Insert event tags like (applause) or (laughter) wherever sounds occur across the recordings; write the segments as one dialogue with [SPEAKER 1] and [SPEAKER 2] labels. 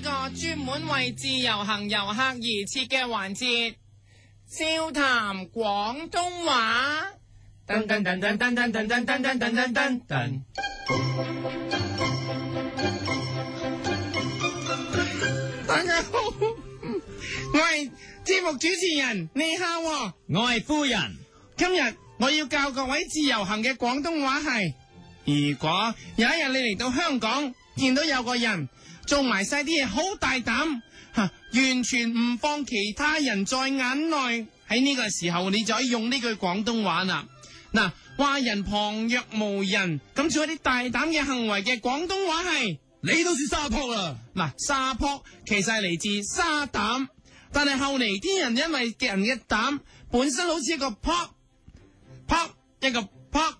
[SPEAKER 1] 個專門為自由行遊客而設嘅環節，笑談廣東話。噔噔噔噔噔噔噔噔噔噔噔噔噔。
[SPEAKER 2] 大家好，我係節目主持人，你好喎、
[SPEAKER 1] 我係夫人，
[SPEAKER 2] 今日我要教各位自由行嘅廣東話係：如果有一日你嚟到香港，見到有個人做埋晒啲嘢好大膽，吓完全唔放其他人在眼內，喺呢個時候你就可以用呢句廣東話啦。嗱，話人旁若無人，咁做一啲大膽嘅行為嘅廣東話係。
[SPEAKER 1] 你都算沙啊坡啦。
[SPEAKER 2] 嗱，沙坡其實係嚟自沙膽，但係後嚟啲人因為嘅人嘅膽本身好似一個 pop pop 一個 pop，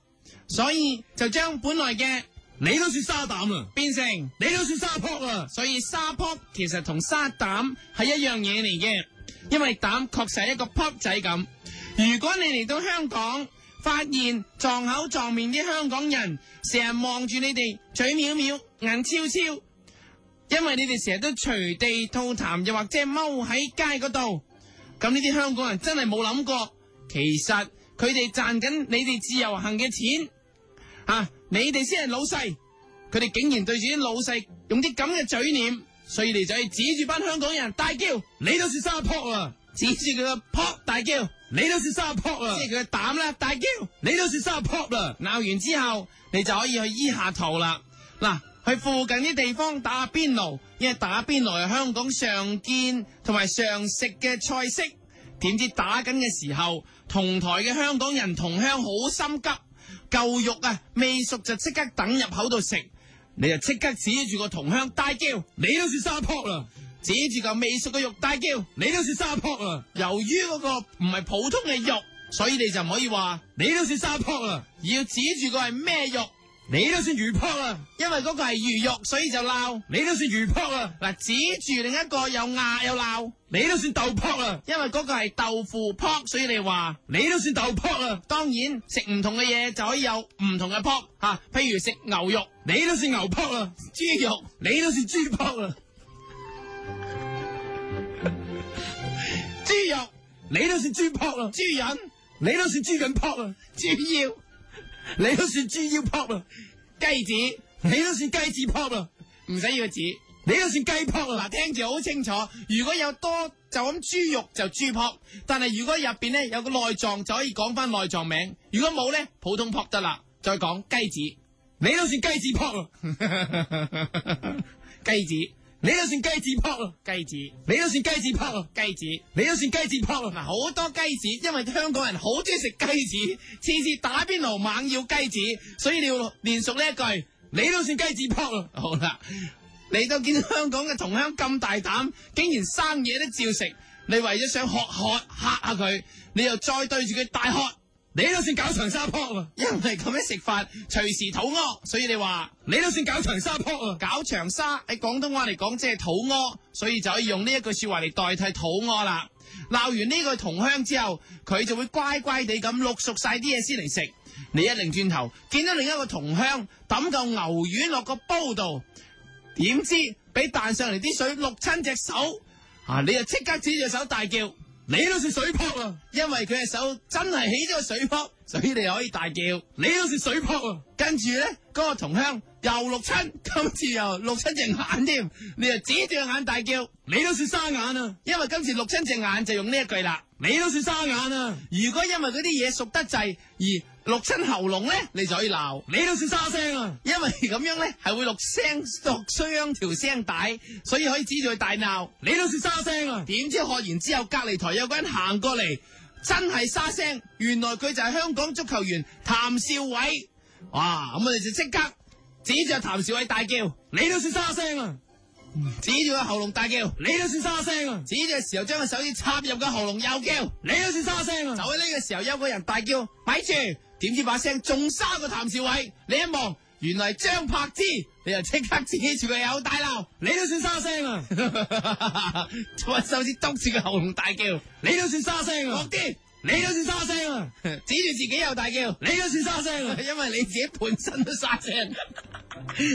[SPEAKER 2] 所以就將本來嘅
[SPEAKER 1] 你都算沙膽啊啦，
[SPEAKER 2] 變成，
[SPEAKER 1] 你都算沙啊坡啦。
[SPEAKER 2] 所以沙坡其實同沙膽係一樣嘢嚟嘅，因為膽確實係一個 pop 仔咁。如果你嚟到香港，發現撞口撞面啲香港人成日望住你哋嘴藐藐、眼超超。因為你哋成日都隨地吐痰，又或者踎喺街嗰度，咁呢啲香港人真係冇諗過，其實佢哋賺緊你哋自由行嘅錢，啊，你哋先係老細，佢哋竟然對住啲老細用啲咁嘅嘴臉，所以你就係指住班香港人大叫，
[SPEAKER 1] 你都算沙坡啦，
[SPEAKER 2] 啊指住佢個撲大叫，
[SPEAKER 1] 你都算沙坡啦
[SPEAKER 2] 即，啊係佢嘅膽啦大叫。
[SPEAKER 1] 你都算沙坡啦，
[SPEAKER 2] 啊鬧完之後，你就可以去醫下肚啦。嗱，去附近啲地方打下邊爐，因為打邊爐係香港常見同埋常食嘅菜式。點知打緊嘅時候，同台嘅香港人同鄉好心急，嚿肉啊未熟就即刻等入口度食，你就即刻指住個同鄉大叫，
[SPEAKER 1] 你都算沙坡啦，
[SPEAKER 2] 指住嚿未熟嘅肉大叫。
[SPEAKER 1] 你都算沙啊坡啦，
[SPEAKER 2] 由於嗰個唔係普通嘅肉，所以你就唔可以話，
[SPEAKER 1] 你都算沙坡啦，
[SPEAKER 2] 而要指住個係咩肉。
[SPEAKER 1] 你都算魚坡啦，
[SPEAKER 2] 因為嗰個係魚肉，所以就鬧。
[SPEAKER 1] 你都算魚坡啦，
[SPEAKER 2] 嗱，指住另一個又嗌又鬧，
[SPEAKER 1] 你都算豆坡啦，
[SPEAKER 2] 因為嗰個係豆腐撲，所以你話。
[SPEAKER 1] 你都算豆啊坡啦，
[SPEAKER 2] 當然食唔同嘅嘢就可以有唔同嘅撲吓，譬如食牛肉、
[SPEAKER 1] 你都算牛坡啦，
[SPEAKER 2] 豬肉。
[SPEAKER 1] 你都算豬啊坡啦，
[SPEAKER 2] 豬肉、
[SPEAKER 1] 你都算豬坡啦，
[SPEAKER 2] 豬膶、
[SPEAKER 1] 你都算豬緊坡啦，
[SPEAKER 2] 豬腰、
[SPEAKER 1] 你都算豬腰坡啦，
[SPEAKER 2] 雞子，
[SPEAKER 1] 你都算雞子坡啦，
[SPEAKER 2] 唔使要指。
[SPEAKER 1] 你都算雞啊坡啦
[SPEAKER 2] 嗱，。聽住好清楚。如果有多就咁豬肉就豬撲，但係如果入邊咧有個內臟就可以講翻內臟名。如果冇咧，普通撲得啦。再講雞子。
[SPEAKER 1] 你都算雞子啊扑啦，
[SPEAKER 2] 雞子、
[SPEAKER 1] 你都算雞子扑啦，
[SPEAKER 2] 雞子、
[SPEAKER 1] 你都算雞子啊扑啦，
[SPEAKER 2] 雞子，
[SPEAKER 1] 你都算雞子扑啦，
[SPEAKER 2] 嗱好多雞子，因為香港人好中意食雞子，次次打邊爐猛要雞子，所以你要練熟呢一句。
[SPEAKER 1] 你都算雞啊子扑啦，
[SPEAKER 2] (laughs) 好啦，嚟到見到香港嘅同鄉咁大膽，竟然生嘢都照食，你為咗想喝喝嚇下佢，你又再對住佢大喝，
[SPEAKER 1] 你都算搞長沙啊扑啦，
[SPEAKER 2] 因為咁樣食法隨時肚屙，所以你話。
[SPEAKER 1] 你都算搞長沙啊扑啦，
[SPEAKER 2] 搞長沙喺廣東話嚟講，即係肚屙，所以就可以用呢一句說話嚟代替肚屙啦。鬧完呢個同鄉之後，佢就會乖乖地咁淥熟晒啲嘢先嚟食。你一擰轉頭，見到另一個同鄉抌嚿牛丸落個煲度，點知俾彈上嚟啲水淥親隻手，啊！你就即刻指住隻手大叫，
[SPEAKER 1] 你都算水扑啊啦，
[SPEAKER 2] 因為佢隻手真係起咗個水泡，所以你可以大叫。
[SPEAKER 1] 你都算水啊扑啦，
[SPEAKER 2] 跟住咧，嗰、個同鄉又錄親， (laughs) 今次又錄親隻眼添，你就指住隻眼大叫，
[SPEAKER 1] 你都算沙眼啊，
[SPEAKER 2] 因為今次錄親隻眼就用呢一句啦。
[SPEAKER 1] 你都算沙眼啊，
[SPEAKER 2] 如果因為嗰啲嘢熟得滯而錄親喉嚨咧，你就可以鬧，
[SPEAKER 1] 你都算沙聲啊，
[SPEAKER 2] 因為咁樣咧係會錄聲錄傷條聲帶，所以可以指住佢大鬧。
[SPEAKER 1] 你都算沙聲啊，
[SPEAKER 2] 點知學完之後，隔離台有個人行過嚟，真係沙聲，原來佢就係香港足球員譚少偉。哇！咁我哋就即刻指住阿譚少偉大叫。
[SPEAKER 1] 你都算沙聲啊，
[SPEAKER 2] 指住個喉嚨大叫，
[SPEAKER 1] 你都算沙聲啊，
[SPEAKER 2] 指住嘅時候將個手指插入個喉嚨又叫，就
[SPEAKER 1] 你都算沙聲啊，
[SPEAKER 2] 喺呢個時候有個人大叫，咪住！點知把聲仲沙過譚兆偉，你一望原來係張柏芝，你就即刻指住佢有大鬧， (laughs)
[SPEAKER 1] 你都算沙聲啊，
[SPEAKER 2] 再手指督住個喉嚨大叫，
[SPEAKER 1] 你都算沙聲
[SPEAKER 2] 落
[SPEAKER 1] 啊，
[SPEAKER 2] 啲！
[SPEAKER 3] 你都算沙聲啊！
[SPEAKER 2] 指住自己又大叫，
[SPEAKER 3] 你都算沙聲啊！
[SPEAKER 2] (laughs) 因為你自己本身都沙 (laughs) 聲。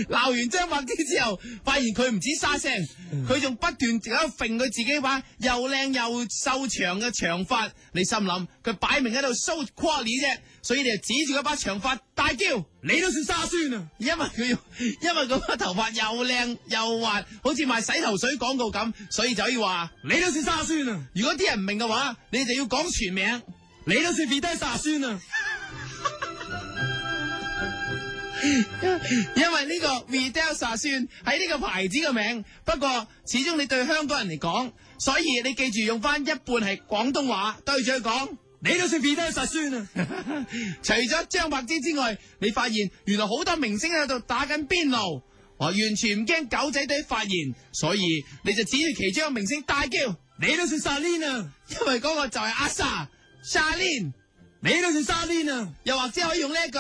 [SPEAKER 2] 鬧完張柏芝之後，發現佢唔止沙聲，佢仲不斷喺度揈佢自己把又靚又瘦長嘅長髮。你心諗佢擺明喺度 show quality 啫，所以你就指住嗰把長髮大叫。
[SPEAKER 3] 你都算沙宣啊！
[SPEAKER 2] 因為佢要， (laughs) 因為佢個頭髮又靚又滑，好似賣洗頭水廣告咁，所以就可以話，
[SPEAKER 3] 你都算沙宣啊！
[SPEAKER 2] 如果啲人唔明嘅話，你就要講全名。
[SPEAKER 3] 你都算 v i d 沙宣啊！
[SPEAKER 2] (laughs) 因為呢個 Vidal 沙宣係呢個牌子嘅名，不過始終你對香港人嚟講，所以你記住用翻一半係廣東話對住佢講。 (laughs)
[SPEAKER 3] 你都算 v i d 沙宣啊！
[SPEAKER 2] 除咗張柏芝之外，你發現原來好多明星喺度打緊邊爐，我完全唔驚狗仔隊發現，所以你就指住其中一個明星大叫，因
[SPEAKER 3] 你都算沙 n 啊！
[SPEAKER 2] 為嗰個就係阿 sa、Shalin，
[SPEAKER 3] 你都算沙 n 啊！
[SPEAKER 2] 又或者可以用呢一句。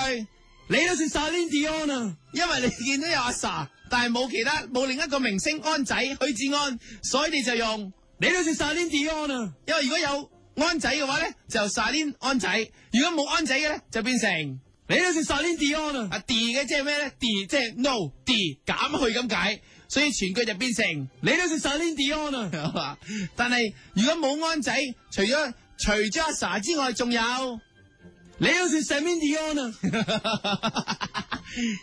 [SPEAKER 3] 你都算沙 n Dion 啊！
[SPEAKER 2] 因為你見到有阿 sa，但係冇其他冇另一個明星安仔許志安，所以你就用。
[SPEAKER 3] 你都算沙 n Dion 啊！
[SPEAKER 2] 因為如果有安仔嘅話咧，就沙 n 安仔；如果冇安仔嘅咧，就變成
[SPEAKER 3] 你都算沙 n Dion 啊！
[SPEAKER 2] 阿 D 嘅，即係咩咧？D 即係 no D 減去咁解，所以全句就變成。 (laughs)
[SPEAKER 3] 你都算沙 n Dion 啊！
[SPEAKER 2] 但係如果冇安仔，除咗除咗阿 sa 之外，仲有。 (laughs)
[SPEAKER 3] 你都算 Celine Dion 啊！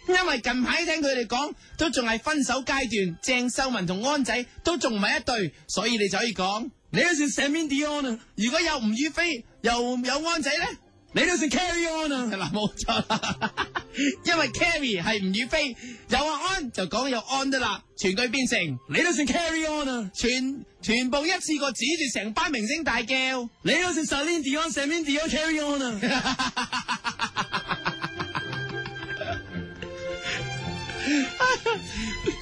[SPEAKER 2] 因為近排聽佢哋講，都仲係分手階段，鄭秀文同安仔都仲唔係一對，所以你就可以講。
[SPEAKER 3] 你都算 Celine Dion 啊！
[SPEAKER 2] 如果有吳雨霏，又有安仔咧，
[SPEAKER 3] 你都算 Carry On 啊！
[SPEAKER 2] (laughs) 嗱冇錯啦， (laughs) 因為 Carrie 係吳雨霏，有阿安就講有安得啦，全句變成
[SPEAKER 3] 你都算 Carry On 啊！
[SPEAKER 2] 全全部一次過指住成班明星大叫。
[SPEAKER 3] 你都算 Celine Dion、Celine Dion、Carry On 啊！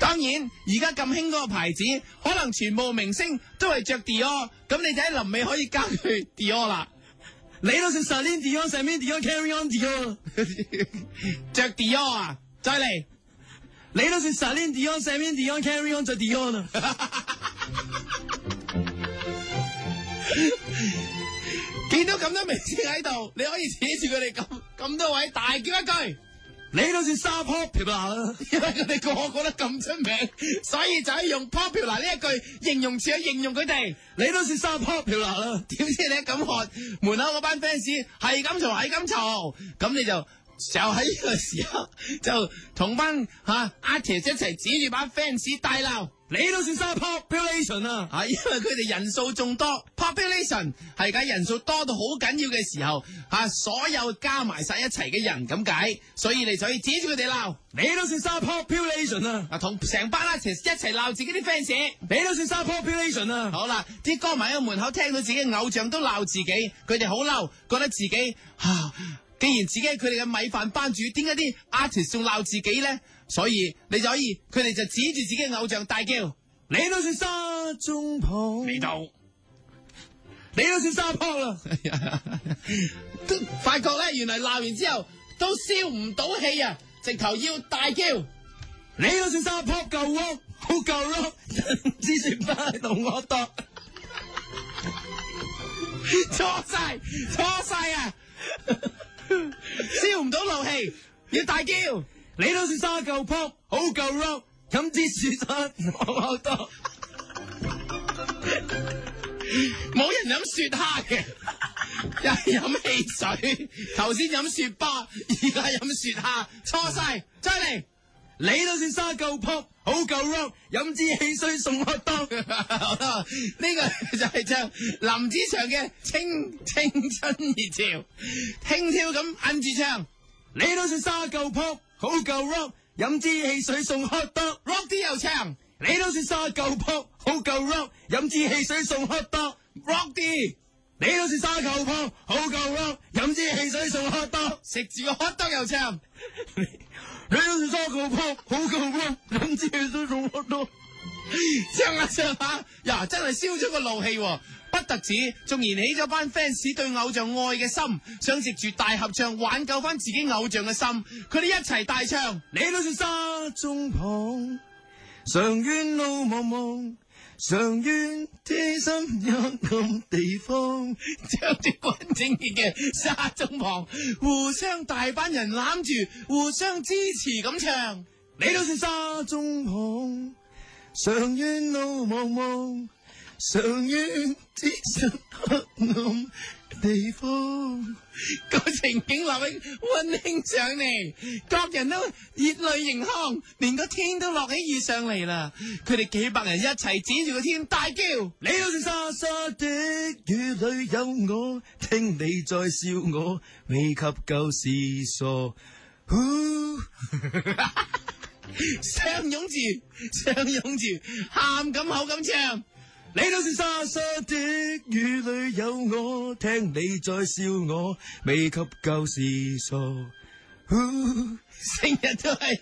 [SPEAKER 2] 當然，而家咁興嗰個牌子，可能全部明星都係着 Dior，咁你就喺臨尾可以加佢 Dior 啦。
[SPEAKER 3] 你都算 Celine Dion、Celine Dion、Carry On Dion 啊！
[SPEAKER 2] 着 Dior 啊，再嚟，
[SPEAKER 3] 你都算 Celine Dion、Celine Dion、Carry On 就 Dion 啊！
[SPEAKER 2] 見到咁多明星喺度，你可以指住佢哋咁咁多位大叫一句，
[SPEAKER 3] 你都算沙 popular 啊！
[SPEAKER 2] (laughs) 因為佢哋個個都咁出名，所以就可以用 popular 呢一句形容詞去形容佢哋。
[SPEAKER 3] 你都算沙
[SPEAKER 2] (laughs)
[SPEAKER 3] popular 啊！
[SPEAKER 2] 點知你一咁喝，門口嗰班 fans 係咁嘈，係咁嘈，咁你就就喺呢個時候 (laughs) 就同班吓 artist 一齊指住班 fans 大鬧。
[SPEAKER 3] 你都算沙 population
[SPEAKER 2] (laughs)
[SPEAKER 3] 啊！
[SPEAKER 2] 啊，因為佢哋人數眾多，population 係解人數多到好緊要嘅時候，啊，所有加埋晒一齊嘅人咁解，所以你就可以指住佢哋鬧，
[SPEAKER 3] 你都算沙 population 啊！
[SPEAKER 2] 啊，同成班 artist 一齊鬧自己啲 fans。
[SPEAKER 3] 你都算沙 population 啊！
[SPEAKER 2] 好啦，啲歌迷喺門口聽到自己嘅偶像都鬧自己，佢哋好嬲，覺得自己啊，既然自己係佢哋嘅米飯班主，點解啲 artist 仲鬧自己呢？所以你就可以，佢哋就指住自己嘅偶像大叫。
[SPEAKER 3] 你都算沙中婆，
[SPEAKER 2] 嚟到，
[SPEAKER 3] 你都算沙坡啦！
[SPEAKER 2] 都發覺咧，原來鬧完之後都消唔到氣啊，直頭要大叫。
[SPEAKER 3] 你都算沙坡夠 rock，好夠 rock，
[SPEAKER 2] 之前翻嚟同我度，錯晒，錯晒 (laughs) 啊！消唔到怒氣，要大叫。
[SPEAKER 3] 你都算沙夠 pop，好夠 rock，飲支雪山好好多。
[SPEAKER 2] 冇人飲雪蝦嘅，又係飲汽水。頭先飲雪巴，而家飲雪蝦，錯晒，再嚟。
[SPEAKER 3] 你都算沙夠 pop，好夠 rock，飲支汽水送我當。
[SPEAKER 2] 好啦，呢個就係唱林子祥嘅《青青春熱潮》，輕佻咁摁住唱
[SPEAKER 3] 你都算沙夠 pop，好夠 rock，飲支汽水送 hot dog。
[SPEAKER 2] ，rock 啲又唱
[SPEAKER 3] 你都算沙夠 pop，好夠 rock，飲支汽水送 hot dog。
[SPEAKER 2] ，rock 啲，
[SPEAKER 3] 你都算沙夠 pop，好夠 rock，飲支汽水送 hot dog。
[SPEAKER 2] 食住個 hot dog 又唱。
[SPEAKER 3] 你都算沙夠 pop，好夠 rock，飲支汽水送 hot dog。
[SPEAKER 2] 唱下唱下，呀，真係燒咗個怒氣、喎，不特止，仲燃起咗班 fans 對偶像愛嘅心，想藉住大合唱挽救翻自己偶像嘅心，佢哋一齊大唱。
[SPEAKER 3] 你都算沙中旁，常遠路茫茫，常願天心一暗地方，
[SPEAKER 2] 着住軍整潔嘅沙中旁，互相大班人攬住，互相支持咁唱。 (laughs)
[SPEAKER 3] 你都算沙中旁。常願路茫茫，常願天心黑暗地方。
[SPEAKER 2] 個情景立喺溫馨上嚟，各人都熱淚盈眶，連個天都落起雨上嚟啦。佢哋幾百人一齊指住個天大叫，
[SPEAKER 3] 你好似沙沙的雨裏有我，聽你在笑我，未及舊時傻。呼
[SPEAKER 2] 相擁住，相擁住，喊咁口咁唱。
[SPEAKER 3] 你都是沙沙的雨裏有我，聽你在笑我，未及舊時傻。呼
[SPEAKER 2] 成日都係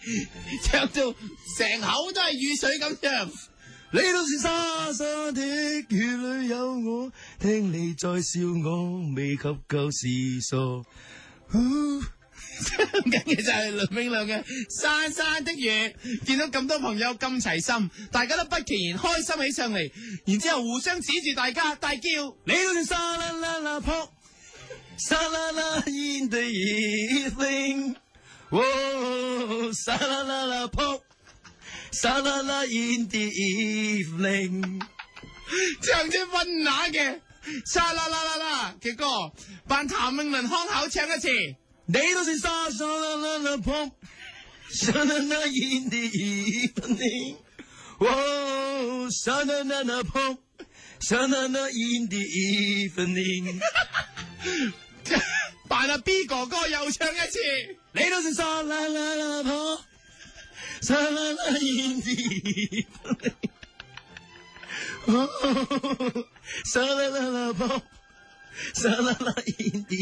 [SPEAKER 2] 唱到成口都係雨水咁唱，
[SPEAKER 3] 你都是沙沙的雨裏有我，聽你在笑我，未及舊時傻。呼
[SPEAKER 2] 唱緊嘅就係梁永亮嘅《山山的雨》。見到咁多朋友咁齊心，大家都不其然開心起上嚟，然之後互相指住大家大叫，
[SPEAKER 3] 你都是沙啦啦啦撲，沙啦啦煙對熱冰，哦，沙啦啦啦撲，沙啦啦煙對熱冰。
[SPEAKER 2] 唱出温拿嘅沙啦啦啦啦嘅歌，扮譚詠麟腔口唱一次。
[SPEAKER 3] 你都是沙沙啦啦啦撲，沙啦啦煙對熱冰，哦，沙啦啦啦撲，沙啦啦煙對熱冰。
[SPEAKER 2] 扮阿 B 哥哥又唱一次，
[SPEAKER 3] 你都是沙啦啦啦婆，沙啦啦燕子，沙啦啦啦婆，沙啦啦燕子，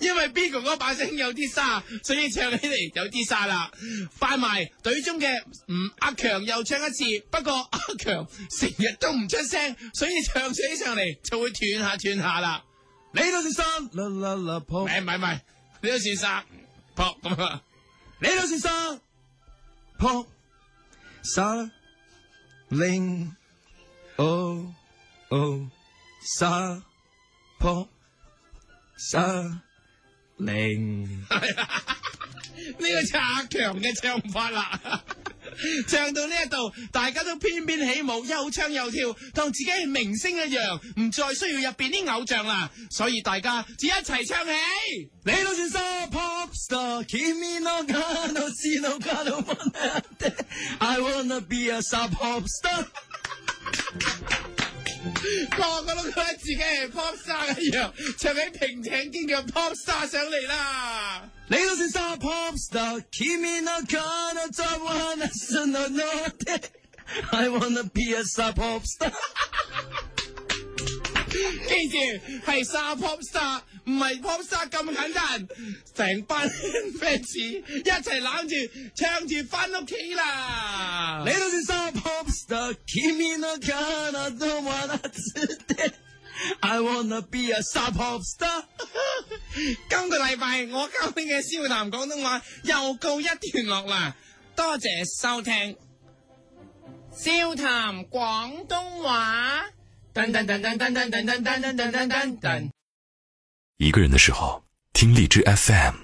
[SPEAKER 2] 因為 B 哥哥把聲有啲沙，所以唱起嚟有啲沙啦。快埋隊中嘅吳阿強又唱一次，不過 (laughs) 阿強成日都唔出聲，所以唱起上嚟就會斷下斷下啦。
[SPEAKER 3] 你都是沙啦啦啦
[SPEAKER 2] 唔
[SPEAKER 3] 婆，
[SPEAKER 2] 係唔係唔係，你都算沙撲咁啊！
[SPEAKER 3] 你都是沙婆，沙令哦哦沙婆沙令。
[SPEAKER 2] 呢個就係阿強嘅唱法啦。唱到呢一度，大家都翩翩起舞，又唱又跳，當自己係明星一樣，唔再需要入邊啲偶像啦。所以大家只一齊唱起。
[SPEAKER 3] 你都算沙 pop star，君の彼の死の彼の真似の I wanna be a sub pop star。
[SPEAKER 2] 個個都覺得自己係 pop star 一樣，唱起平井堅嘅 pop star 上嚟啦。
[SPEAKER 3] 你都算沙 pop star，君の彼のザワナスのノテ。I wanna be a sub pop star。
[SPEAKER 2] 記住係沙 pop star，唔係 pop star 咁簡單。成班 fans 一齊攬住唱住翻屋企啦。
[SPEAKER 3] 你都算沙 pop star，君の彼のザワナスで。I wanna be a sub pop star。
[SPEAKER 2] 今個禮拜我教你嘅笑談廣東話又告一段落啦，多謝收聽。
[SPEAKER 1] 笑談廣東話。噔噔噔噔噔噔噔噔噔噔噔噔噔。
[SPEAKER 4] 一个人的时候，听荔枝 FM。